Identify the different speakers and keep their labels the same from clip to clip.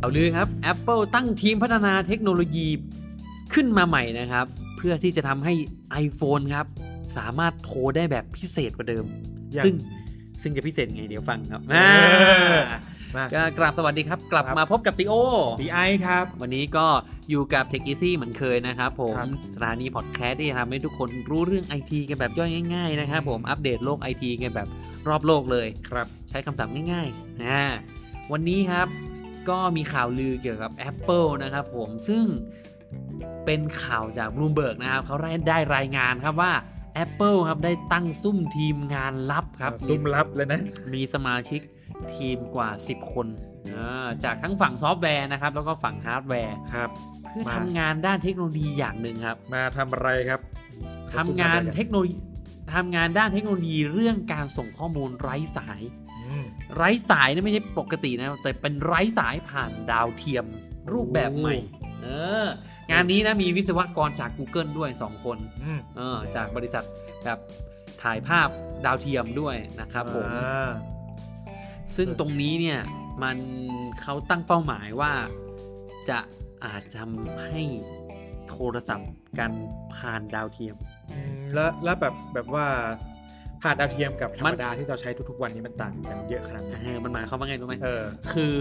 Speaker 1: เอาลือครับ Apple ตั้งทีมพัฒนาเทคโนโลยีขึ้นมาใหม่นะครับ เพื่อที่จะทำให้ iPhone ครับ สามารถโทรได้แบบพิเศษกว่าเดิม
Speaker 2: อย่าง
Speaker 1: ซึ่งซึ่งจะพิเศษไงเดี๋ยวฟังครับ
Speaker 2: อ่า
Speaker 1: อ่า
Speaker 2: มา
Speaker 1: ก็กราบสวัสดีครับ กลับ
Speaker 2: ครับ
Speaker 1: มาพบกับติโอ
Speaker 2: ดีไอครับ
Speaker 1: วันนี้ก็อยู่กับ Tech Easy เหมือนเคยนะครับผม
Speaker 2: ครับ
Speaker 1: สถานีพอดแคสต์ที่จะทำให้ทุกคนรู้เรื่องไอทีกันแบบย่อยง่ายๆนะครับผมอัปเดตโลกไอทีกันแบบรอบโลกเลย
Speaker 2: ครับ
Speaker 1: ใช้คำศัพท์ง่ายๆอ่าวันนี้ครับก็มีข่าวลือเกี่ยวกับ Apple นะครับผมซึ่งเป็นข่าวจาก Bloomberg นะครับเขาได้ได้รายงานครับว่า Apple ครับได้ตั้งซุ่มทีมงานลับครับ
Speaker 2: อ่าซุ่มลับเลยนะ
Speaker 1: มีสมาชิกทีมกว่า 10 คนอ่าจากทั้งฝั่งซอฟต์แวร์นะครับ แล้วก็ฝั่งฮาร์ดแวร์
Speaker 2: ครับ
Speaker 1: เพื่อ
Speaker 2: มา
Speaker 1: ทำงานด้านเทคโนโลยีอย่างหนึ่งครับ
Speaker 2: มาทำอะไรครับ
Speaker 1: ทำงาน
Speaker 2: ซุ่มลับอะไร
Speaker 1: เท
Speaker 2: กั
Speaker 1: คโนโลยีทำงานด้านเทคโนโลยีเรื่องการส่งข้อมูลไร้สาย
Speaker 2: อืม
Speaker 1: ไร้สายเนี่ยไม่ใช่ปกตินะ แต่เป็นไร้สายผ่านดาวเทียมรูปแบบใหม่ เออ งานนี้นะมีวิศวกรจาก Google ด้วย 2 คน
Speaker 2: อืม
Speaker 1: เออจากบริษัทแบบถ่ายภาพดาวเทียมด้วยนะครับผม
Speaker 2: อ่า
Speaker 1: ซึ่งตรงนี้เนี่ยมันเขาตั้งเป้าหมายว่าจะอาจทำให้โทรศัพท์กันผ่านดาวเทียม
Speaker 2: อืมแล้วแล้วแบบแบบว่าผ่านดาวเทียมกับธร
Speaker 1: มั
Speaker 2: ร
Speaker 1: น
Speaker 2: มดาที่เราใช้ทุกๆวันนี้มันต่างกันเยอะขนาดไหน
Speaker 1: เออมันหมายความว่าไงรู้ไหม
Speaker 2: เออ
Speaker 1: คือ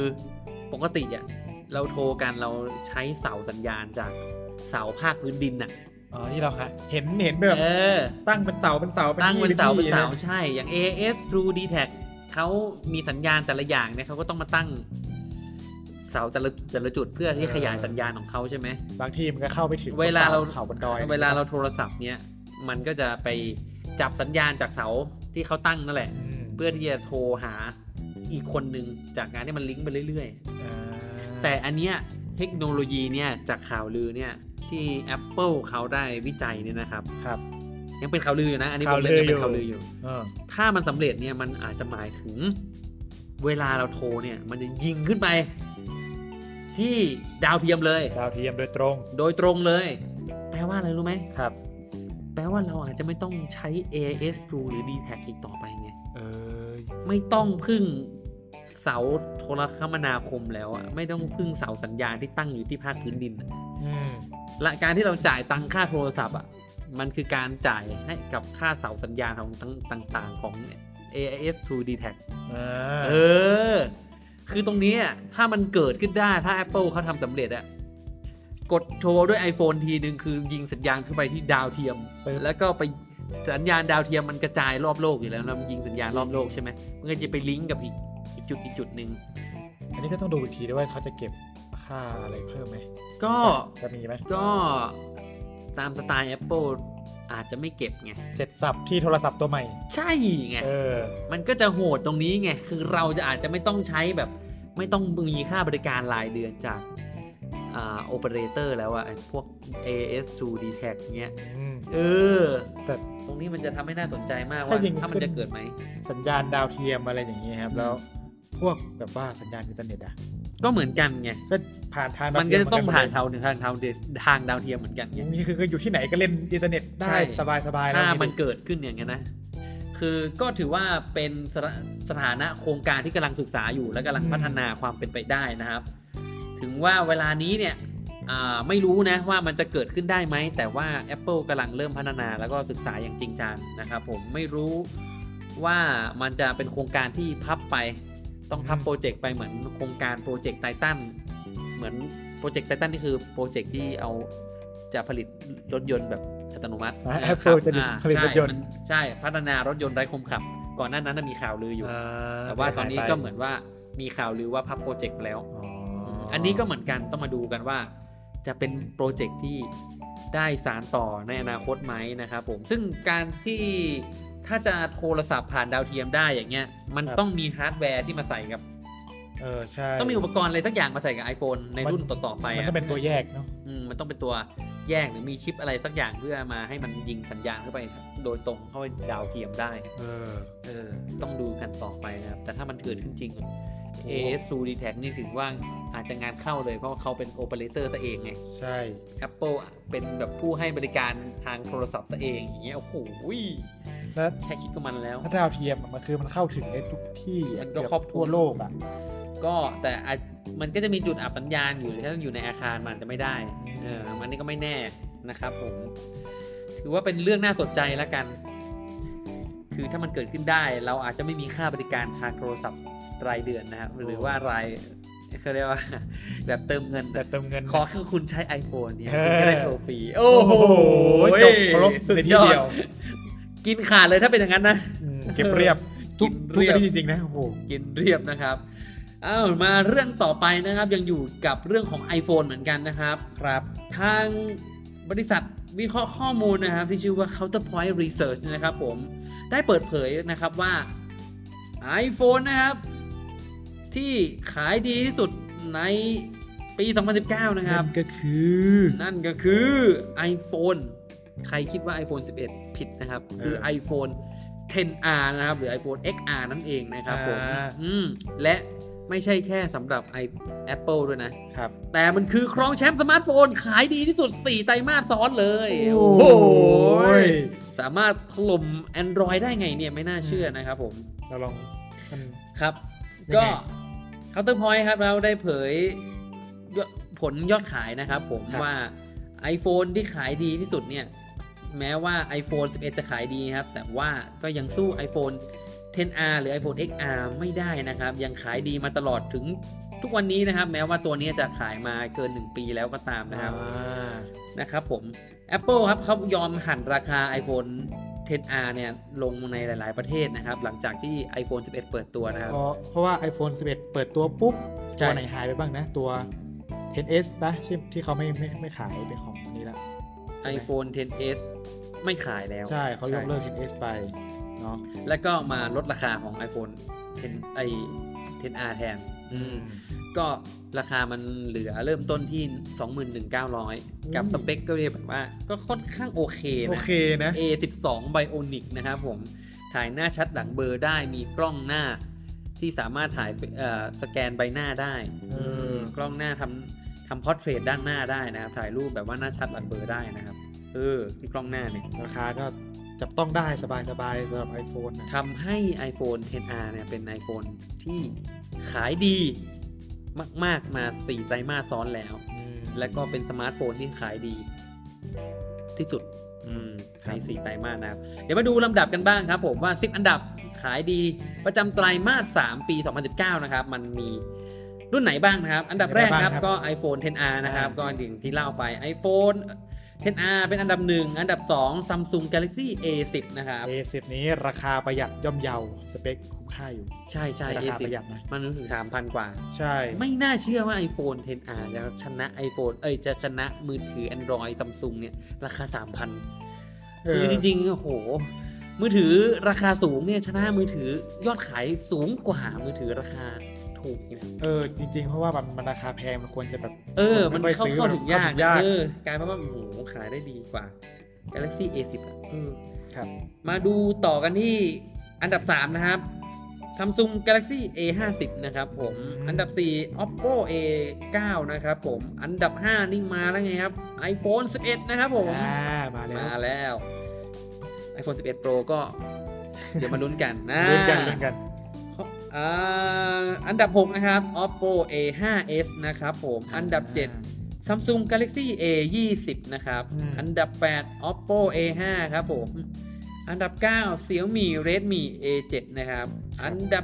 Speaker 1: ปกติอะเราโทรกันเราใช้เสาสัญญาณจากเสาภาคพื้นดินน่ะ
Speaker 2: อ๋อที่เราค่ะเห็นเห็นแบบ
Speaker 1: เออ
Speaker 2: ตั้งเป็นเสาเป็นเสา
Speaker 1: ตั้งเป็นเสาเป็น
Speaker 2: ที่
Speaker 1: เสา
Speaker 2: ที่ะ
Speaker 1: ใช่ อย่าง AS True d t a c เขามีสัญญาณแต่ละอย่างเนี่ยเขาก็ต้องมาตั้งเสาแต่ละแต่ละจุดเพื่อที่ขยายสัญญาณของเขาใช่ไหม
Speaker 2: บางทีมันก็เข้าไปถึง
Speaker 1: เวลาเรา
Speaker 2: เขาบนดอย
Speaker 1: เวลาเราโทรศัพท์เนี่ยมันก็จะไปจับสัญญาณจากเสาที่เขาตั้งนั่นแหละ
Speaker 2: อืม
Speaker 1: เพื่อที่จะโทรหาอีกคนหนึ่งจากงานที่มันลิงก์ไปเรื่อย
Speaker 2: อ่า
Speaker 1: ๆ แต่อันเนี้ยเทคโนโลยีเนี่ยจากข่าวลือเนี่ยที่ Apple เขาได้วิจัยเนี่ยนะครับ
Speaker 2: ครับ
Speaker 1: ยังเป็นข่าวลืออยู่นะ อันนี้ผ
Speaker 2: ข่าม วลื
Speaker 1: เล่น
Speaker 2: อ
Speaker 1: ยังเป็นข่าวลืออยู่
Speaker 2: เออ
Speaker 1: ถ้ามันสำเร็จเนี่ยมันอาจจะหมายถึง เวลาเราโทรเนี่ยมันจะยิงขึ้นไป ที่ดาวเทียมเลย
Speaker 2: ดาวเทียมโดยตรง
Speaker 1: โดยตรงเลย แปลว่าอะไรรู้ไหม
Speaker 2: ครับ
Speaker 1: แปลว่าเราอาจจะไม่ต้องใช้ AS True หรือ d t a c อีกต่อไปไง
Speaker 2: เออ
Speaker 1: ไม่ต้องพึ่งเสาโทรคมนาคมแล้วอะไม่ต้องพึ่งเสาสัญญาณที่ตั้งอยู่ที่ภาคพื้นดินอะ
Speaker 2: อืม
Speaker 1: และการที่เราจ่ายตังค่าโทรศัพท์อ่ะมันคือการจ่ายให้กับค่าเสาสัญญาณของทั้งต่างๆของ AIS True d t a c
Speaker 2: อ่า
Speaker 1: เออ คือตรงนี้อะถ้ามันเกิดขึ้นได้ถ้า Apple เขาทำสำเร็จอะกดโทรด้วย iPhone ทีนึงคือยิงสัญญาณขึ้นไปที่ดาวเทียม แล้วก็ไปสัญญาณดาวเทียมมันกระจายรอบโลกอยู่แล้วนะมันยิงสัญญาณรอบโลกใช่ไหมมันก็จะไปลิงก์กับอีกอีกจุดอีกจุดหนึ่ง
Speaker 2: อันนี้ก็ต้องดูอีกทีด้วยว่าเขาจะเก็บค่าอะไรเพิ่มไหม
Speaker 1: ก็
Speaker 2: จะมีไหม
Speaker 1: ก็ตามสไตล์ Apple อาจจะไม่เก็บไง
Speaker 2: เสร็จสับที่โทรศัพท์ตัวใหม่
Speaker 1: ใช่ไง
Speaker 2: เออ
Speaker 1: มันก็จะโหดตรงนี้ไง คือเราจะอาจจะไม่ต้องใช้แบบ ไม่ต้องมีค่าบริการรายเดือนจากอ่าโอเปอเรเตอร์แล้วอะไอ้พวก AS to d t a c เงี้ย
Speaker 2: อืม
Speaker 1: เออ
Speaker 2: แต่
Speaker 1: ตรงนี้มันจะทำให้น่าสนใจมากว่า
Speaker 2: ถ้ายิง
Speaker 1: ถ้ามัน
Speaker 2: ขึ้น
Speaker 1: จะเกิดไหม
Speaker 2: สัญญาณดาวเทียมอะไรอย่างนี้ครับ
Speaker 1: อืม
Speaker 2: แล้วพวกแบบว่าสัญญาณอินเทอร์เน็ตอ่ะ
Speaker 1: ก็เหมือนกันไง
Speaker 2: ก็ผ่านทางดาว
Speaker 1: มัน
Speaker 2: เที
Speaker 1: ก็
Speaker 2: ย
Speaker 1: จะต้อง
Speaker 2: หด
Speaker 1: ผ่าน
Speaker 2: เลย
Speaker 1: ทางทางทางทางดาวเทียมเหมือนกันไง
Speaker 2: นี่คือคืออยู่ที่ไหนก็เล่นอินเทอร์เน็ต
Speaker 1: ใช่
Speaker 2: ได้สบายสบาย
Speaker 1: ถ้า
Speaker 2: แล้ว
Speaker 1: มันเกิดขึ้นอย่างเงี้ยนะ คือก็ถือว่าเป็นสถาสถานะโครงการที่กำลังศึกษาอยู่และกำลังพัฒนาความเป็นไปได้นะครับ ถึงว่าเวลานี้เนี่ยอ่าไม่รู้นะว่ามันจะเกิดขึ้นได้ไหม แต่ว่า Apple กำลังเริ่มพัฒนาแล้วก็ศึกษาอย่างจริงจังนะครับผมไม่รู้ว่ามันจะเป็นโครงการที่พับไป ต้องพับโปรเจกต์ไปเหมือนโครงการโปรเจกต์ไททันเหมือนโปรเจกต์ไททันนี่คือโปรเจกต์ที่เอาจะผลิตรถยนต์แบบอัตโนมัติ
Speaker 2: แอปเปิลจะผลิตรถยนต์
Speaker 1: ใช่มัใช่พัฒนารถยนต์ไร้คนขับ ก่อนหน้านั้นนะมีข่าวลืออยู่
Speaker 2: อ่
Speaker 1: แต่ว่าตอนนี้
Speaker 2: ไป
Speaker 1: ก็เหมือนว่ามีข่าวลือว่าพับโปรเจกต์ไปแล้ว
Speaker 2: อ๋อ
Speaker 1: ม
Speaker 2: อั
Speaker 1: อันนี้ก็เหมือนกันต้องมาดูกันว่า จะเป็นโปรเจกต์ที่ได้สารต่อในอนาคตไหมนะครับผมซึ่งการที่ถ้าจะโทรศัพท์ผ่านดาวเทียมได้อย่างเงี้ยมันต้องมีฮาร์ดแวร์ที่มาใส่กับ
Speaker 2: เออใช่
Speaker 1: ต้องมีอุปกรณ์อะไรสักอย่างมาใส่กับ iPhone ในรุ่นต่อๆไป
Speaker 2: มัน
Speaker 1: อะ
Speaker 2: ก็เป็นตัวแยกเนาะ
Speaker 1: อืมมันต้องเป็นตัวแยกหรือมีชิปอะไรสักอย่างเพื่อมาให้มันยิงสัญญาณเข้าไป โดยตรงเข้าไปดาวเทียมได้
Speaker 2: เออ
Speaker 1: เออ ต้องดูกันต่อไปนะครับ แต่ถ้ามันเกิดขึ้นจริง
Speaker 2: โอ้
Speaker 1: AS True d t a c นี่ถือว่าอาจจะงานเข้าเลยเพราะว่าเขาเป็นโอเปอเรเตอร์ซะเองไง
Speaker 2: ใช่
Speaker 1: Apple อะเป็นแบบผู้ให้บริการทางโทรศัพท์ซะเองอย่างเงี้ยโอ้โห
Speaker 2: แล้ว
Speaker 1: แค่คิดก็มันแล้ว
Speaker 2: ถ้าดาวเทียมอะมันคือมันเข้าถึงได้ทุกที่อะ
Speaker 1: มันก็ครอบคลุม
Speaker 2: ทั่วโลกอ่ะ
Speaker 1: ก็แต่อาจมันก็จะมีจุดอับสัญญาณอยู่ถ้าอยู่ในอาคารมันอาจจะไม่ได้เออมันนี่ก็ไม่แน่นะครับผม ถือว่าเป็นเรื่องน่าสนใจแล้วกัน คือถ้ามันเกิดขึ้นได้ เราอาจจะไม่มีค่าบริการทางโทรศัพท์รายเดือนนะครับหรือว่ารายเขาเรียกว่า แบบเติมเงิน
Speaker 2: แต่เติมเงิน
Speaker 1: ขอคือคุณใช้ iPhone เนี่ย
Speaker 2: เออ
Speaker 1: คุณก็ได้โทรฟรีโอ้โห
Speaker 2: จบครบในที่เดียว
Speaker 1: กินขาดเลยถ้าเป็นอย่างนั้นนะ
Speaker 2: อืมเก็บเรียบทุก
Speaker 1: เก็บ
Speaker 2: ทุ
Speaker 1: เรี
Speaker 2: ก
Speaker 1: ยบ
Speaker 2: อันนี้จริงๆนะโอ้โห
Speaker 1: กินเรียบนะครับอ้าวมาเรื่องต่อไปนะครับ ยังอยู่กับเรื่องของ iPhone เหมือนกันนะครับ
Speaker 2: ครับ
Speaker 1: ทางบริษัทวิเคราะห์ข้อมูลนะครับ ที่ชื่อว่า Counterpoint Research นะครับผมได้เปิดเผยนะครับว่า iPhone นะครับ ที่ขายดีที่สุดในปี 2019 นะครับ
Speaker 2: นั่นก็คือ
Speaker 1: นั่นก็คือ iPhone ใครคิดว่า iPhone 11 ผิดนะครับ คือ
Speaker 2: เออ
Speaker 1: iPhone 10R นะครับ หรือ iPhone XR นั่นเองนะครับผม
Speaker 2: อ่า
Speaker 1: อืมและไม่ใช่แค่สำหรับ i Apple ด้วยนะ
Speaker 2: ครับ
Speaker 1: แต่มันคือครองแชมป์สมาร์ทโฟน ขายดีที่สุด 4 ไตรมาสซ้อนเลย
Speaker 2: โอ้
Speaker 1: ห
Speaker 2: โห
Speaker 1: สามารถถล่ม Android ได้ไงเนี่ย ไม่น่าเชื่อนะครับผม
Speaker 2: เราลองมัน
Speaker 1: ครับ
Speaker 2: ยังไง
Speaker 1: ก็เคาน์เตอร์พอยต์ครับ เราได้เผยยอดผลยอดขายนะครับผมว่า iPhone ที่ขายดีที่สุดเนี่ย แม้ว่า iPhone 11 จะขายดีครับ แต่ว่าก็ยังสู้ iPhone 10R หรือ iPhone XR ไม่ได้นะครับ ยังขายดีมาตลอดถึงทุกวันนี้นะครับ แม้ว่าตัวนี้จะขายมาเกิน 1 ปีแล้วก็ตามนะครับ นะครับผม Apple ครับเขายอมหันราคา iPhone 10R เนี่ยลงในหลาย ๆ ประเทศนะครับ หลังจากที่ iPhone 11 เปิดตัวนะครับ
Speaker 2: เพราะเพราะว่า iPhone 11 เปิดตัวปุ๊บ
Speaker 1: ใช่
Speaker 2: ตัวไหนหายไปบ้างนะ ตัว 10s ปะที่ที่เขาไม่ไม่ไม่ขายเป็นของนี่ละ
Speaker 1: iPhone 10s ไม่ขายแล้ว
Speaker 2: ใช่เขายกเลิก
Speaker 1: ใช่
Speaker 2: 10s ไปเนาะ
Speaker 1: แล้วก็มาลดราคาของ iPhone 10ไอ 10R แทนอืมก็ราคามันเหลือเริ่มต้นที่ 21,900 กับสเปคก็เรียกแบบว่า ก็ค่อนข้างโอเคนะ
Speaker 2: โอเคนะ
Speaker 1: A12 Bionic นะครับผม ถ่ายหน้าชัดหลังเบลอร์ได้มีกล้องหน้าที่สามารถถ่ายเอ่อสแกนใบหน้าได้
Speaker 2: เออ
Speaker 1: มกล้องหน้าทำทำพอร์ตเทรตด้านหน้าได้นะครับ ถ่ายรูปแบบว่าหน้าชัดหลังเบลอร์ได้นะครับ เออที่กล้องหน้าเนี่ย
Speaker 2: ราคาก็จับต้องได้สบายสบายๆสำหรับ iPhone นะ
Speaker 1: ทำให้ iPhone 10R เนี่ยเป็น iPhone ที่ขายดี มาก ๆ มา 4 ไตรมาสซ้อนแล้ว
Speaker 2: อืม
Speaker 1: และก็เป็นสมาร์ทโฟนที่ขายดีที่สุดอืม
Speaker 2: ครั
Speaker 1: ใน
Speaker 2: บ
Speaker 1: สี่ไตรมาสนะครับ เดี๋ยวมาดูลำดับกันบ้างครับผมว่า 10 อันดับขายดีประจำไตรมาส 3 ปี 2019 นะครับ มันมีรุ่นไหนบ้างนะครับ อันดับแรกครับก็ iPhone 10R นะครับ ก็อย่างที่เล่าไป iPhone 10R เป็นอันดับ 1 อันดับ 2 Samsung Galaxy A10 นะครับ
Speaker 2: A10 นี้ราคาประหยัดย่อมเยาสเปคคุ้มค่าอยู่
Speaker 1: ใช่ใช่
Speaker 2: ในราคา
Speaker 1: A10
Speaker 2: ประหยัดนะ
Speaker 1: มันรู้สึก3,000 กว่า
Speaker 2: ใช่
Speaker 1: ไม่น่าเชื่อว่า iPhone 10R จะชนะ iPhone เอ้ยจะชนะมือถือ Android Samsung เนี่ย ราคา 3,000
Speaker 2: เออ
Speaker 1: คือจริงๆ โอ้โห มือถือราคาสูงเนี่ย ชนะมือถือยอดขายสูงกว่ามือถือราคาถูกอีกนะ
Speaker 2: เออ จริง ๆ เพราะว่ามันมันราคาแพงมันควรจะแบบ
Speaker 1: เออ
Speaker 2: ค
Speaker 1: มัน
Speaker 2: ไค่ย
Speaker 1: เข้า
Speaker 2: ซื้อ
Speaker 1: เข้าถึงยาก
Speaker 2: เข้
Speaker 1: นะเออกลายเป็นว่าโอ้โหขายได้ดีกว่า Galaxy A10 อ่ะเออ
Speaker 2: ครับ
Speaker 1: มาดูต่อกันที่อันดับ 3 นะครับ Samsung Galaxy A50 นะครับผม
Speaker 2: อืม
Speaker 1: อันดับ 4 Oppo A9 นะครับผม อันดับ 5 นี่มาแล้วไงครับ iPhone 11 นะครับผม
Speaker 2: อ่ามาแล้ว
Speaker 1: มาแล้ว iPhone 11 Pro ก็ เดี๋ยวมาลุ้นกันนะ
Speaker 2: ลุ้นกันลุ้นกัน
Speaker 1: อ่าอันดับ 6 นะครับ Oppo A5s นะครับผม อันดับ 7 Samsung Galaxy A 2 0นะครับ
Speaker 2: อืม
Speaker 1: อันดับ 8 Oppo A 5ครับผม อันดับ 9 Xiaomi Redmi A 7นะครับ อันดับ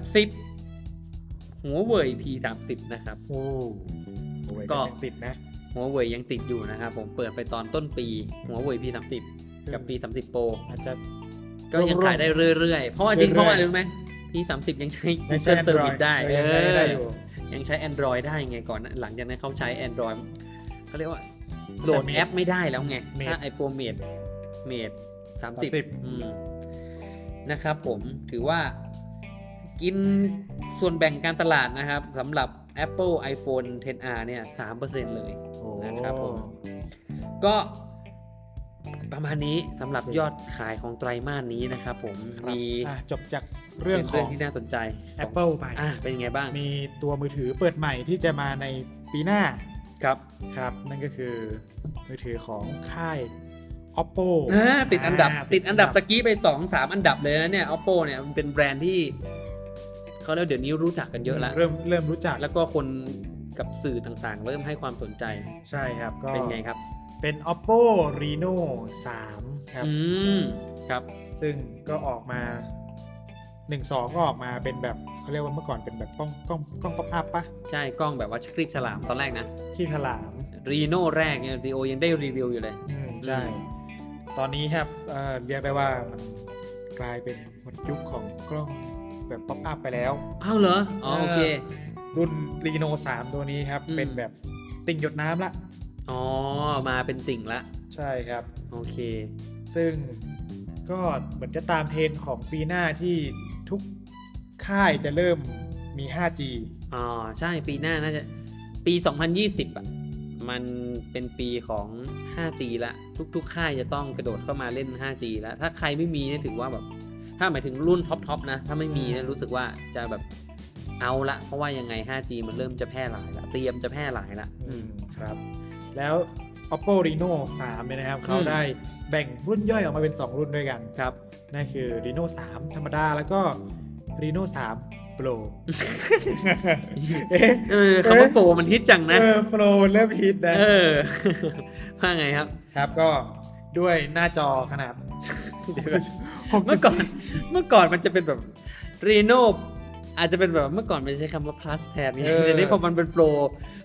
Speaker 1: 10 หัวเว่ย P 3 0นะครับ
Speaker 2: โอ้โห
Speaker 1: ก็
Speaker 2: ก็ติดนะ
Speaker 1: หัวเว่ยยังติดอยู่นะครับ ผมเปิดไปตอนต้นปี หัวเว่ย P 3 0กับ P 3 0 Pro
Speaker 2: อาจจะ
Speaker 1: ก็ยังขายได้เรื่อยๆ เพราะว่าจริงๆเพราะ
Speaker 2: เรื่อยๆ
Speaker 1: ว่าอะไรรู้ไหม P 3 0ยังใช้
Speaker 2: ยัง
Speaker 1: Google Service
Speaker 2: Android
Speaker 1: ได้
Speaker 2: เอ
Speaker 1: เอ
Speaker 2: อยังได้
Speaker 1: อ
Speaker 2: อยู่
Speaker 1: ยังใช้ Android ได้ไงก่อนนะหลังจากนั้นเขาใช้ Android เขาเรียกว่า โหลดแอปไม่ได้แล้วไง
Speaker 2: Mate
Speaker 1: ถ้าไอโปรเมดเมดสามสิบ
Speaker 2: 30
Speaker 1: นะครับผมถือว่ากินส่วนแบ่งการตลาดนะครับสำหรับ Apple iPhone 10R เนี่ย3%เลย
Speaker 2: โอ้
Speaker 1: นะครับผม ก็ประมาณนี้สำหรับยอดขายของไตรมาสนี้นะครับผม
Speaker 2: ครับ
Speaker 1: มี
Speaker 2: อ่ะจบจากเรื่องข
Speaker 1: ป็น
Speaker 2: อง
Speaker 1: ที่น่าสนใจของ
Speaker 2: Apple ไป
Speaker 1: อ่ะเป็นยังไงบ้าง
Speaker 2: มีตัวมือถือเปิดใหม่ที่จะมาในปีหน้า
Speaker 1: ครับ
Speaker 2: ครับ นั่นก็คือมือถือของค่าย Oppo
Speaker 1: อ่าติดอันดับ
Speaker 2: า
Speaker 1: ติดอันดับตะกี้ไปสองสามอันดับเลยนะเนี่ย oppo เนี่ยมันเป็นแบรนด์ที่ เขาแล้วเดี๋ยวนี้รู้จักกันเยอะแล้ว
Speaker 2: เริ่มเริ่มรู้จัก
Speaker 1: แล้วก็คนกับสื่อต่างๆ เริ่มให้ความสนใจ
Speaker 2: ใช่ครับก็
Speaker 1: เป็นไงครับ
Speaker 2: เป็น oppo reno 3 ครับ
Speaker 1: อืมครับ
Speaker 2: ซึ่งก็ออกมา1 2ก็ออกมาเป็นแบบเขาเรียกว่าเมื่อก่อนเป็นแบบกล้องกล้องกล้องป๊อปอัพปะ
Speaker 1: ใช่กล้องแบบว่าชักรีบฉลามตอนแรกนะ
Speaker 2: ที่ถลาม
Speaker 1: รีโน่แรกเนี่ยดีโอยังได้รีวิวอยู่เลย
Speaker 2: อืมใช่ ตอนนี้ครับเอ่อเรียกได้ว่ามันกลายเป็นหมดยุคของกล้องแบบป๊อปอัพไปแล้ว
Speaker 1: อ้าวเหรออ๋อโอเค
Speaker 2: รุ่น reno 3 ตัวนี้ครับ
Speaker 1: อืม
Speaker 2: เป็นแบบติ่งหยดน้ำละ
Speaker 1: อ๋อมาเป็นติ่งละ
Speaker 2: ใช่ครับ
Speaker 1: โอเค
Speaker 2: ซึ่งก็เหมือนจะตามเทรนด์ของปีหน้าที่ทุกค่ายจะเริ่มมี 5G
Speaker 1: อ๋อใช่ปีหน้าน่าจะปี 2020 อ่ะ มันเป็นปีของ 5G ละ ทุกๆ ค่ายจะต้องกระโดดเข้ามาเล่น 5G แล้ว ถ้าใครไม่มีเนี่ยถือว่าแบบ ถ้าหมายถึงรุ่นท็อปๆนะ ถ้าไม่มีเนี่ยรู้สึกว่าจะแบบเอาละ เพราะว่ายังไง 5G มันเริ่มจะแพร่หลายละ เตรียมจะแพร่หลายละอืม
Speaker 2: ครับ แล้ว oppo reno 3เนี่ยนะครับ เขา
Speaker 1: อืม
Speaker 2: ได้แบ่งรุ่นย่อยออกมาเป็น 2 รุ่นด้วยกัน
Speaker 1: ครับ
Speaker 2: นั่นคือ reno 3 ธรรมดาแล้วก็ reno 3 pro เอ๊ะ
Speaker 1: เออคำว่าโปรมันฮิตจังนะ
Speaker 2: เออ pro เริ่มฮิตนะ
Speaker 1: เออ ว่าไงครับ
Speaker 2: ครับก็ด้วยหน้าจอข นาด
Speaker 1: เมื่อก่อน เมื่อก่อนมันจะเป็นแบบรีโนอาจจะเป็นแบบเมื่อก่อนมันใช้คำว่า plus แทน
Speaker 2: เอ
Speaker 1: เนี่
Speaker 2: อ
Speaker 1: ยแต่นี้พอมันเป็นโปร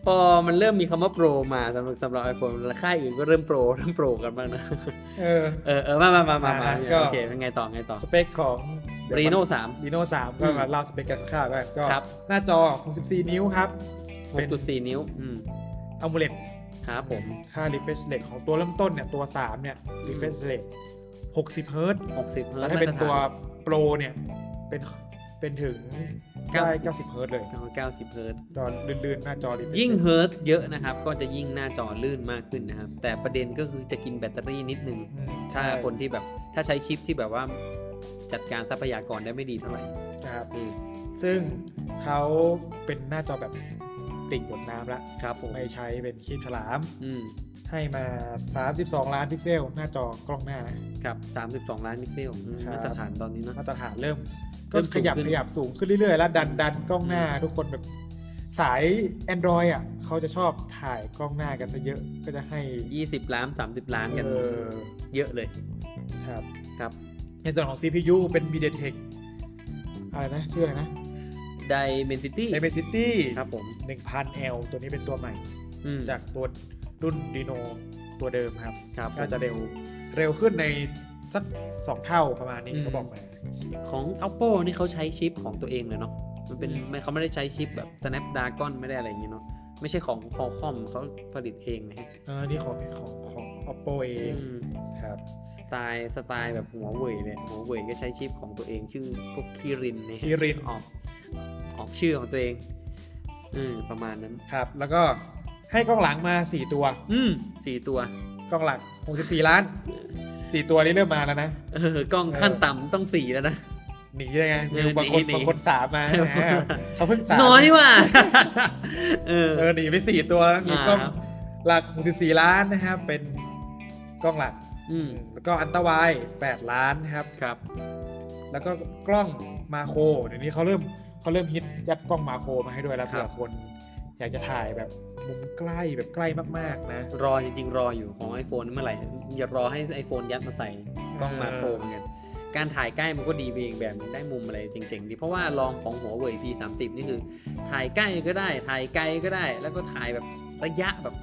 Speaker 1: พอมันเริ่มมีคำว่าโปรมาสำหรับสำหรับไอโฟนค่ายอื่นก็เริ่มโปรเริ่มโปรกันบ้างนะ
Speaker 2: เออ
Speaker 1: เออเออมามามามามา
Speaker 2: อ่ะก็
Speaker 1: โอเคเป็นไงต่อไงต่อ
Speaker 2: สเปคของ
Speaker 1: รีโนสาม
Speaker 2: รีโน่สามก็มาเล่าสเปคกันคร่าวๆกันก็
Speaker 1: ครับ
Speaker 2: หน้าจอ 64 นิ้วครับ
Speaker 1: ห
Speaker 2: เป็น
Speaker 1: กจุดสี่นิ้ว อืม
Speaker 2: อัมูเลต
Speaker 1: ครับผม
Speaker 2: ค่า refresh rate ของตัวเริ่มต้นเนี่ย ตัว 3 เนี่ย refresh rate 60 เฮิร์ตซ์
Speaker 1: หกสิบเฮิ
Speaker 2: แต่
Speaker 1: ร์ต
Speaker 2: ถ้าเป็นตัว
Speaker 1: มาตรฐ
Speaker 2: Pro เนี่ย เป็นเป็นถึง
Speaker 1: เก้าสิบ
Speaker 2: ได้90 เฮิร์ตซ์เลย
Speaker 1: านเก้าสิบเฮิร์ต
Speaker 2: จอลื่นๆ หน้าจอ refresh
Speaker 1: ยิ่ง
Speaker 2: rate
Speaker 1: เฮิร์ตเยอะนะครับ ก็จะยิ่งหน้าจอลื่นมากขึ้นนะครับ แต่ประเด็นก็คือจะกินแบตเตอรี่นิดนึง
Speaker 2: อืม
Speaker 1: ถ้า
Speaker 2: ใช่
Speaker 1: คนที่แบบถ้าใช้ชิปที่แบบว่าจัดการทรัพยากรได้ไม่ดีเท่าไหร่
Speaker 2: ครับ
Speaker 1: อืม
Speaker 2: ซึ่งเขาเป็นหน้าจอแบบติ่งหยดน้ำละ
Speaker 1: ครับผม
Speaker 2: ไม่ใช้เป็นครีมฉลาม
Speaker 1: อืม
Speaker 2: ให้มา 32 ล้านพิกเซล หน้าจอกล้องหน้านะ
Speaker 1: ครับ 32 ล้านพิกเซลอืม
Speaker 2: ครับ
Speaker 1: มาตรฐานตอนนี้เนอะ
Speaker 2: มาตรฐานเริ่ม
Speaker 1: เริ่
Speaker 2: ก็
Speaker 1: ม
Speaker 2: ขยับ
Speaker 1: สูงขึ้น
Speaker 2: ขยับสูงขึ้นเรื่อยๆ แล้วดันดันกล้องหน้า
Speaker 1: อืม
Speaker 2: ทุกคนแบบสาย Android อ่ะเขาจะชอบถ่ายกล้องหน้ากันซะเยอะก็จะให้
Speaker 1: 20 ล้าน 30 ล้านกัน
Speaker 2: เออ
Speaker 1: เยอะเลย
Speaker 2: ครับ
Speaker 1: ครับ
Speaker 2: ในส่วนของ CPU เป็น MediaTek อะไรนะ ชื่ออะไรนะ
Speaker 1: Dimensity
Speaker 2: Dimensity
Speaker 1: ครับผม
Speaker 2: 1000L ตัวนี้เป็นตัวใหม่
Speaker 1: อืม
Speaker 2: จากตัวรุ่น Reno ตัวเดิมครับ
Speaker 1: ครับ
Speaker 2: ก็จะเร็วเร็วขึ้นในสัก 2 เท่าประมาณนี้เขาบอกมา
Speaker 1: ของ Oppo นี่เขาใช้ชิปของตัวเองเลยเนาะมันเป็น
Speaker 2: อืม
Speaker 1: ไม่เขาไม่ได้ใช้ชิปแบบ Snapdragon ไม่ได้อะไรอย่างเงี้ยเนาะไม่ใช่ของ Qualcomm เขาผลิตเองนะฮะ
Speaker 2: เออนี่ของของของ Oppo เอ
Speaker 1: อื
Speaker 2: ง
Speaker 1: ม
Speaker 2: ครับ
Speaker 1: สไตล์สไตล์แบบหัวเว่ยเนี่ยหัวเว่ยก็ใช้ชิปของตัวเองชื่อพวกคิรินเนี่ย
Speaker 2: Kirin
Speaker 1: ออกออกชื่อของตัวเองอืมประมาณนั้น
Speaker 2: ครับ แล้วก็ให้กล้องหลังมา 4 ตัว
Speaker 1: อืมสี่ตัว
Speaker 2: กล้องหลัก 64 ล้าน 4 ตัวนี้เริ่มมาแล้วนะ
Speaker 1: เออกล้องขั้นต่ำต้องสี่แล้วนะ
Speaker 2: หนีเลยไง
Speaker 1: เออหนี
Speaker 2: บางคน
Speaker 1: หนี
Speaker 2: บางคนสามมานะฮะเขาเพิ่งสาม
Speaker 1: น้อยว่ะ เออ
Speaker 2: เออหนีไป 4 ตัวแล้วมี
Speaker 1: อ่าก ก
Speaker 2: ล้องหลัก 64 ล้านนะครับ เป็นกล้องหลัก
Speaker 1: อืม
Speaker 2: แล้วก็อันตวาย 8 ล้านนะครับ
Speaker 1: ครับ
Speaker 2: แล้วก็กล้องมาโครเดี๋ยวนี้เขาเริ่มเขาเริ่มฮิตยัดกล้องมาโครมาให้ด้วยแล้ว
Speaker 1: ครับ
Speaker 2: เผื่อคน อยากจะถ่ายแบบมุมใกล้แบบใกล้มากๆนะ
Speaker 1: รอจริงๆ รออยู่ของ iPhone เมื่อไหร่อย่ารอให้ iPhone ยัดมาใส่กล้องมาโครเหมือนกันการถ่ายใกล้มันก็ดีไปอีกแบบหนึงได้มุมอะไรเจ๋งๆดีเพราะว่าลองของหัวเว่ย P30 นี่คือ ถ่ายใกล้ก็ได้ ถ่ายไกลก็ได้ แล้วก็ถ่ายแบบระยะแบบ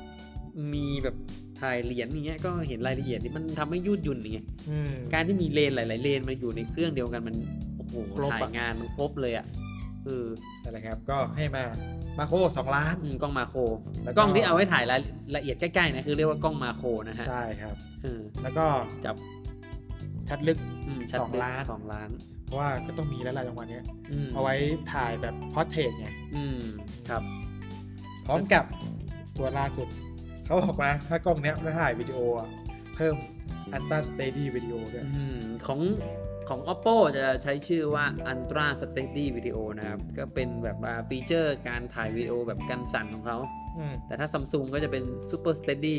Speaker 1: มีแบบถ่ายเหรียญอย่างเงี้ยก็เห็นรายละเอียดที่มันทำให้ยืดหยุ่นอย่างเงี้ย
Speaker 2: อืม
Speaker 1: การที่มีเลนหลาย ๆ เลนมาอยู่ในเครื่องเดียวกันมันโอ้โห
Speaker 2: ครบอะ
Speaker 1: ถ่ายงานมันครบเลยอ่ะเออ
Speaker 2: นั่นแหละครับก็ให้มามาโครสองล้าน
Speaker 1: อืมกล้องมาโคร
Speaker 2: แล้ว
Speaker 1: ก
Speaker 2: ก็
Speaker 1: ล้องที่เอาไว้ถ่ายรายละเอียดใกล้ๆนะคือเรียกว่ากล้องมาโครนะฮะ
Speaker 2: ใช่ครับ
Speaker 1: เออ
Speaker 2: แล้วก็
Speaker 1: จับ
Speaker 2: ชัดลึก
Speaker 1: อืมชัด
Speaker 2: สอง
Speaker 1: เจ
Speaker 2: ล้าน
Speaker 1: สองล้าน
Speaker 2: เพราะว่าก็ต้องมีแล้วล่ะรางวัลเนี้ย
Speaker 1: อืม
Speaker 2: เอาไว้ถ่ายแบบพอเทสไง
Speaker 1: อืมครับ
Speaker 2: พร้อมกับตัวล่าสุด เขาบอกมาถ้ากล้องเนี้ยถ้าถ่ายวิดีโออะเพิ่มอันต้าสเตดี้วิดีโอด้วย
Speaker 1: อืมของของ oppo จะใช้ชื่อว่า ultra steady video นะครับ ก็เป็นแบบว่าฟีเจอร์การถ่ายวิดีโอแบบกันสั่นของเขา
Speaker 2: อืม
Speaker 1: แต่ถ้า Samsung ก็จะเป็น super steady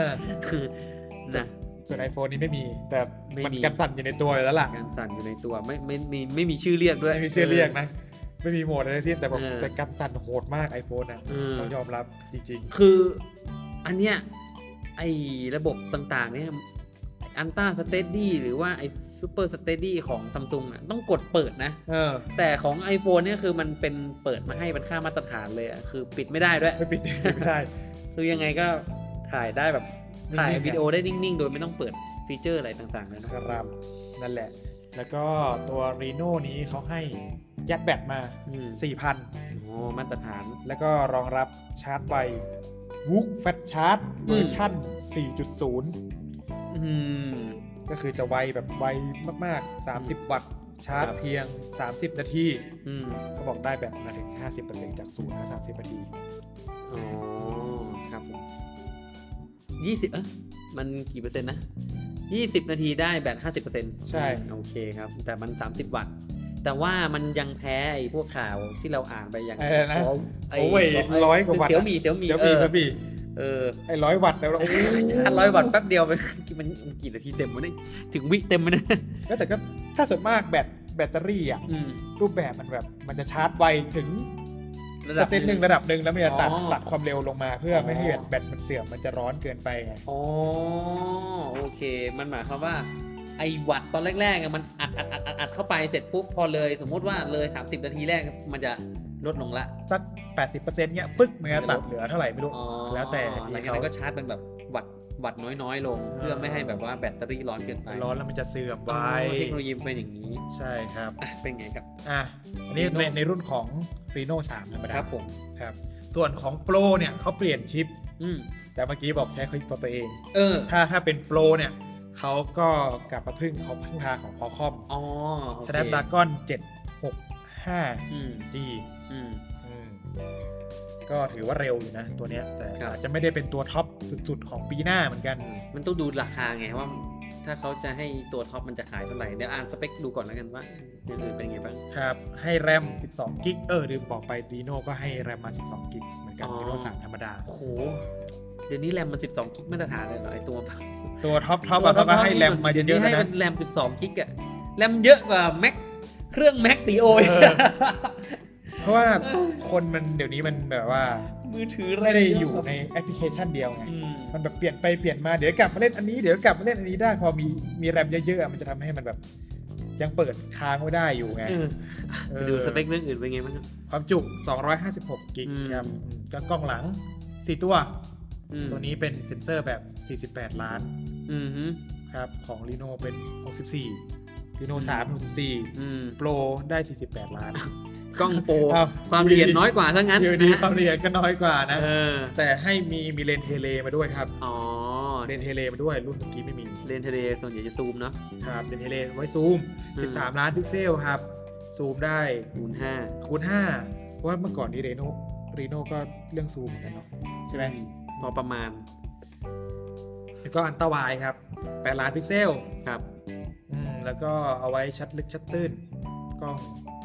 Speaker 1: นะ
Speaker 2: ส่วน iPhone นี้ไม่มี แต่
Speaker 1: ไม่
Speaker 2: มัน
Speaker 1: มี
Speaker 2: กันสั่นอยู่ในตัวอยู่แล้วล่ะ
Speaker 1: การสั่นอยู่ในตัวไม่ไม่มีไม่มีชื่อเรียกด้วย
Speaker 2: ไม่มีชื่อเรียกนะ ไม่มีโหมดอะไรทั้งสิ้นแต่แบบ
Speaker 1: เออ
Speaker 2: แต่กำสั่นโหดมาก iPhone นะ
Speaker 1: เออ
Speaker 2: ต้องยอมรับจริง
Speaker 1: คืออันเนี้ยไอ้ระบบต่างๆเนี่ยอันต้าสเตดี้หรือว่าไอ้ซูเปอร์สเตดี้ของซัมซุงอ่ะต้องกดเปิดนะ
Speaker 2: ๆ เออ
Speaker 1: แต่ของ iPhone เนี่ยคือมันเป็นเปิดมาให้เป็นค่ามาตรฐานเลยอ่ะคือปิดไม่ได้ด้วย
Speaker 2: ไม่ปิด ไม่ได้
Speaker 1: คือยังไงก็ถ่ายได้แบบถ่าย
Speaker 2: นิ่งๆอะ
Speaker 1: วิดีโอได้นิ่งๆ โดยไม่ต้องเปิดฟีเจอร์อะไรต่างๆเลย
Speaker 2: ค
Speaker 1: นะ
Speaker 2: รับนั่นแหละ แล้วก็ตัว Reno นี้เขาให้ยัดแบตมา
Speaker 1: อืม
Speaker 2: 4,000
Speaker 1: โอ้มาตรฐาน
Speaker 2: แล้วก็รองรับชาร์จไววูกแฟตชาร์จ
Speaker 1: อืม
Speaker 2: เวอร์ชั่น
Speaker 1: อืม
Speaker 2: 4.0 ก็คือจะไวแบบไวมากๆ 30 วัตต์ ชาร์จ
Speaker 1: ครับ
Speaker 2: เพียง 30 นาที
Speaker 1: อืม
Speaker 2: เขาบอกได้แบตมาถึง 50%จากศูนย์นะ30 นาที
Speaker 1: อ๋อครับยี่สิบเอ๊ะมันกี่เปอร์เซ็นต์นะยี่สิบนาทีได้แบตห้าสิบเปอร์เซ็นต์
Speaker 2: ใช่
Speaker 1: โอเคครับ แต่มันสามสิบวัตต์ แต่ว่ามันยังแพ้ไอ้พวกข่าวที่เราอ่านไปอย่าง
Speaker 2: เออนะ
Speaker 1: ของไ
Speaker 2: โอ้ย
Speaker 1: ขงไ
Speaker 2: ร้อยกว่าวัตต์
Speaker 1: เสี่ยว
Speaker 2: อะ
Speaker 1: มีเสี่ยวมี
Speaker 2: เดี๋ยว
Speaker 1: เอ
Speaker 2: มี
Speaker 1: อ
Speaker 2: ครับพี่
Speaker 1: เออ
Speaker 2: ไอ้ร้อยวัตต์แล้วเราโอ้โห
Speaker 1: ชาร์จร้อยวัตต์แป๊บเดียวไป มันมันกี่นาทีเต็มวะเนี่ยถึงวิเต็มไหมเนะ
Speaker 2: แล้วแต่ก็ถ้าส่วนมากแบตแบตเตอรี่อ่ะ
Speaker 1: อืม
Speaker 2: รูปแบบมันแบบมันจะชาร์จไวถึงเปอร์เซ็นต์หนึ่ง
Speaker 1: นะ
Speaker 2: ระดับหนึ่งแล้วมันจะตัด
Speaker 1: อ๋อ
Speaker 2: ตัดความเร็วลงมาเพื่ออ
Speaker 1: อ
Speaker 2: ไม่ให้แบตแบตมันเสื่อมมันจะร้อนเกินไปไง
Speaker 1: อ๋อโอเค มันหมายความว่าไอ้วัตต์ตอนแรกๆอะมันอัดอัดอัดอัดอัดเข้าไปเสร็จปุ๊บพอเลย สมมุติว่าเลย 30 นาทีแรกมันจะลดลงละ
Speaker 2: สัก 80%เงี้ยปึ๊กมันจะตัดเหลือเท่าไหร่ไม่รู้
Speaker 1: อ๋อ
Speaker 2: แล้วแต่
Speaker 1: หลัง
Speaker 2: ที่
Speaker 1: จาก
Speaker 2: เขา
Speaker 1: นั้นก็ชาร์จเป็นแบบวัตต์วัตต์น้อยๆ ลง เพื่อไม่ให้แบบว่าแบตเตอรี่ร้อนเกินไป
Speaker 2: ร้อนแล้วมันจะเสื่อมไว
Speaker 1: อ๋อเทคโนโลยีมันเป็นอย่างนี้
Speaker 2: ใช่ครับ
Speaker 1: อ่ะเป็นไงครับ
Speaker 2: อ่ะอันนี้
Speaker 1: Reno
Speaker 2: ในในรุ่นของ Reno 3ธรรมดา
Speaker 1: ครับผม
Speaker 2: ครับ ส่วนของ Pro เนี่ยเขาเปลี่ยนชิป
Speaker 1: อืม
Speaker 2: แต่เมื่อกี้บอกใช้คลิปของตัวเอง
Speaker 1: เออ
Speaker 2: ถ้าถ้าเป็น Pro เนี่ยเขาก็กลับมาพึ่งของพึ่งพาของ Qualcomm
Speaker 1: อ๋อโอเค
Speaker 2: Snapdragon 765
Speaker 1: อืม
Speaker 2: G
Speaker 1: อืม
Speaker 2: ก็ถือว่าเร็วอยู่นะตัวเนี้ย แต่
Speaker 1: ครับ
Speaker 2: อาจจะไม่ได้เป็นตัวท็อปสุดๆ ของปีหน้าเหมือนกัน
Speaker 1: มันต้องดูราคาไงว่า ถ้าเขาจะให้ตัวท็อปมันจะขายเท่าไหร่เดี๋ยวอ่านสเปคดูก่อนแล้วกันว่าอย่างอื่นเป็นไงบ้าง
Speaker 2: ครับ ให้แรม 12 กิกเออลืมบอกไปดีโน่ก็ให้แรมมา 12 กิกเหมือนกัน
Speaker 1: อ๋อ
Speaker 2: ดีโน่สั่งธรรมดา
Speaker 1: โอ้โห เดี๋ยวนี้แรมมัน 12 กิกมาตรฐานเลยเหรอไอตัว
Speaker 2: ตัวท็อปท็อปอะท็อปก็ให้แรมมาเย
Speaker 1: เดี๋ยวนี้
Speaker 2: อะๆ
Speaker 1: ให้
Speaker 2: แล้ว
Speaker 1: มั
Speaker 2: นะ
Speaker 1: นแรม 12 กิกอะแรมเยอะกว่าแม็กเครื่องแม็กตีโอ
Speaker 2: เออ เพราะว่าคนมันเดี๋ยวนี้มันแบบว่า
Speaker 1: มือถือ
Speaker 2: ไม่ได้อยู่ในแอปพลิเคชันเดียวไง
Speaker 1: อืม
Speaker 2: มันแบบเปลี่ยนไปเปลี่ยนมาเดี๋ยวกลับมาเล่นอันนี้เดี๋ยวกลับมาเล่นอันนี้ได้พอมีมีแรมเยอะๆอะมันจะทำให้มันแบบยังเปิดค้างไม่ได้อยู่ไง
Speaker 1: เออ
Speaker 2: เออ
Speaker 1: ไปดูสเปคเรื่องอื่นเป็นไงบ้างครับ
Speaker 2: ความจุ 256 กิก
Speaker 1: อืม
Speaker 2: ครับอืมก็กล้องหลัง 4 ตัว
Speaker 1: อืม
Speaker 2: ตัวนี้เป็นเซ็นเซอร์แบบ 48 ล้าน
Speaker 1: อืมฮึ
Speaker 2: ครับ ของ r e n o เป็น 64 r e n o 3
Speaker 1: อืม
Speaker 2: 64 Pro ได้ 48 ล้าน
Speaker 1: กล้องโปร
Speaker 2: อ้าว
Speaker 1: ความละเอียด
Speaker 2: อยู่ดี
Speaker 1: น้อยกว่าซะงั้น
Speaker 2: อยู่ดี
Speaker 1: นะ
Speaker 2: ความละเอียดก็น้อยกว่านะ
Speaker 1: เออ
Speaker 2: แต่ให้มีมีเลนเทเลมาด้วยครับ
Speaker 1: อ๋อ
Speaker 2: เลนเทเลมาด้วยรุ่นเมื่อกี้ไม่มี
Speaker 1: เลนส์เทเลส่วนใหญ่จะซูมเนาะ
Speaker 2: ครับเลนเทเลไว้ซูม
Speaker 1: อืม
Speaker 2: 13 ล้านพิกเซลครับ ซูมได้
Speaker 1: คูณห้า
Speaker 2: คูณ5เพราะว่าเมื่อก่อนนี้ Reno Reno ก็เรื่องซูมเหมือนกันเนาะใช่ไหม
Speaker 1: อืพอประมาณ
Speaker 2: แล้วก็อันตรายครับ 8 ล้านพิกเซล
Speaker 1: ครับ
Speaker 2: อืมแล้วก็เอาไว้ชัดลึกชัดตื้น กล้อง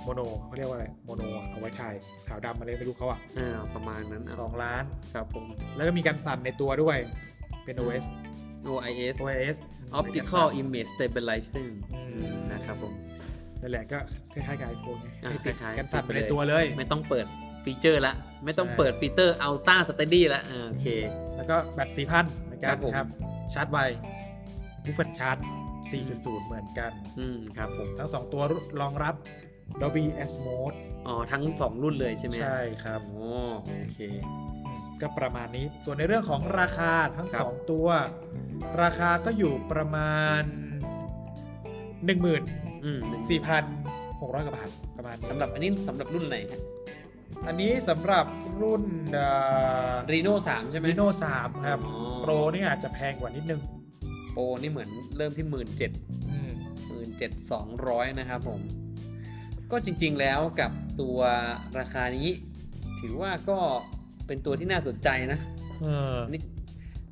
Speaker 2: โมโนเขาเรียกว่าอะไร โมโนอะเอาไว้ถ่ายขาวดำมาเลยไม่รู้เขาอะ
Speaker 1: อ่าประมาณนั้น
Speaker 2: ส
Speaker 1: เอา
Speaker 2: องล้าน
Speaker 1: ครับผม
Speaker 2: แล้วก็มีการสั่นในตัวด้วย เป็น OS
Speaker 1: OIS
Speaker 2: OS ม
Speaker 1: Optical Image Stabilizing
Speaker 2: อืม
Speaker 1: นะครับผม
Speaker 2: นั่นแหละก็คล้ายๆกับ iPhone ไง
Speaker 1: อ่ะ
Speaker 2: ให้ติด
Speaker 1: คล้ายๆ
Speaker 2: กันสั่นไปในตัวเลย
Speaker 1: ไม่ต้องเปิดฟีเจอร์ละ ไม่ต้อง
Speaker 2: ใช่
Speaker 1: เปิดฟีเจอร์ Ultra Steady ละอ่าโอเค
Speaker 2: แล้วก็แบต4,000เหมือน
Speaker 1: ค
Speaker 2: กั
Speaker 1: รั
Speaker 2: น
Speaker 1: บผม
Speaker 2: ครับ ชาร์จไวบูฟเฟตชาร์จ 4.0 เหมือนกัน
Speaker 1: อืมครับผม
Speaker 2: ทั้งสองตัวรองรับ Dolby Atmos
Speaker 1: อ๋อ ทั้ง 2 รุ่นเลยใช่ไหม
Speaker 2: ใช่ครับ
Speaker 1: โอ้โอเค
Speaker 2: อืมก็ประมาณนี้ ส่วนในเรื่องของราคาทั้ง
Speaker 1: ครับ
Speaker 2: 2 ตัว ราคาก็อยู่ประมาณ 14,600
Speaker 1: อืมหนึ่ง
Speaker 2: กว่าบาทประมาณนี้
Speaker 1: สำหรับอันนี้สำหรับรุ่นไหนครับ
Speaker 2: อันนี้สำหรับรุ่น
Speaker 1: Reno 3 ใช่ไหม
Speaker 2: r e n o 3 ครับ
Speaker 1: อ๋อ
Speaker 2: โปรนี่อาจจะแพงกว่านิดนึง
Speaker 1: โปรนี่เหมือนเริ่มที่ 17,000
Speaker 2: อืม
Speaker 1: 17,200 นะครับผม ก็จริงๆแล้วกับตัวราคานี้ ถือว่าก็เป็นตัวที่น่าสนใจนะ
Speaker 2: เออ
Speaker 1: นี่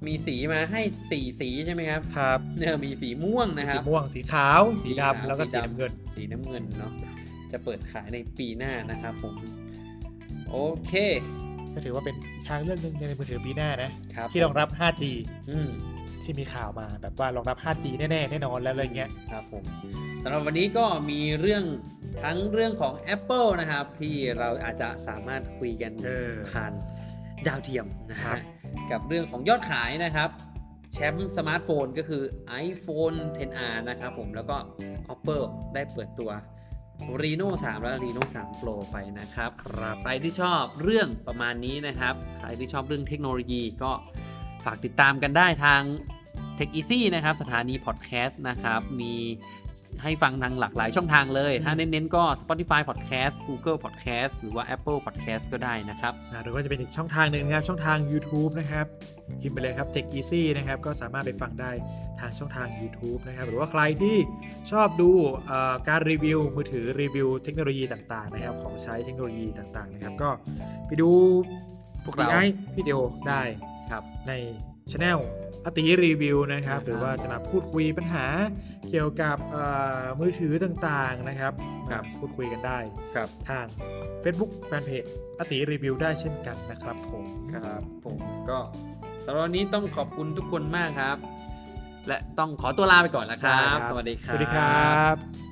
Speaker 1: มีสีมาให้ 4 สีใช่ไหมครับ
Speaker 2: ครับ
Speaker 1: เนี่ยมีสีม่วงนะค
Speaker 2: สี
Speaker 1: รับ
Speaker 2: ม่วงสีขาว สี
Speaker 1: สีขาว
Speaker 2: ดำแล้วก็
Speaker 1: สี
Speaker 2: สี
Speaker 1: ดำ
Speaker 2: น้ำเงิน
Speaker 1: สีน้ำเงินเนาะจะเปิดขายในปีหน้านะครับผม โอเค
Speaker 2: ก็ถือว่าเป็นอีกทางเลือกหนึ่งในมือถือปีหน้านะ
Speaker 1: ครับ
Speaker 2: ที่รองรับ 5G
Speaker 1: อืม
Speaker 2: เท ที่มีข่าวมาแบบว่ารองรับ 5G แน่ๆแน่นอนแล้วอะไรเงี้ย
Speaker 1: ครับผมสำหรับวันนี้ก็มีเรื่องทั้งเรื่องของ Apple นะครับ ที่เราอาจจะสามารถคุยกัน
Speaker 2: เออ
Speaker 1: ผ่านดาวเทียมนะ
Speaker 2: ครั
Speaker 1: ฮะ
Speaker 2: บ
Speaker 1: กับเรื่องของยอดขายนะครับ แชมป์สมาร์ทโฟนก็คือ iPhone 10R นะครับผมแล้วก็ Apple ได้เปิดตัว Reno 3 และ Reno 3 Pro ไปนะครับ
Speaker 2: ครับ
Speaker 1: ใครที่ชอบเรื่องประมาณนี้นะครับ ใครที่ชอบเรื่องเทคโนโลยีก็ฝากติดตามกันได้ทาง Tech Easy นะครับ สถานีพอดแคสต์นะครับ มีให้ฟังทางหลากหลายช่องทางเลย ถ้าเน้นๆก็ Spotify Podcast Google Podcast หรือว่า Apple Podcast ก็ได้นะครับ
Speaker 2: นะหรือว่าจะเป็นอีกช่องทางหนึ่งนะครับ ช่องทาง YouTube นะครับพิมพ์ไปเลยครับ Tech Easy นะครับ ก็สามารถไปฟังได้ทางช่องทาง YouTube นะครับ หรือว่าใครที่ชอบดูเอ่อการรีวิวมือถือรีวิวเทคโนโลยีต่างๆนะครับ ของใช้เทคโนโลยีต่าง ๆ นะครับ ก็ไปดู
Speaker 1: พวกเรา
Speaker 2: ไอพี่เดียวได้
Speaker 1: ครับ
Speaker 2: ในช anel อติรีวิวนะครับ
Speaker 1: ครับ
Speaker 2: หรือว่าจะมาพูดคุยปัญหาเกี่ยวกับเอ่อมือถือต่างๆนะครับ
Speaker 1: ครับ
Speaker 2: มาพูดคุยกันได้
Speaker 1: ครับ
Speaker 2: ทาง Facebook Fanpage อติรีวิวได้เช่นกันนะครับผม
Speaker 1: ครับผมก็สำหรับวันนี้ต้องขอบคุณทุกคนมากครับ และต้องขอตัวลาไปก่อนนะครับ สวัสดีครับ
Speaker 2: สวัสดีครับ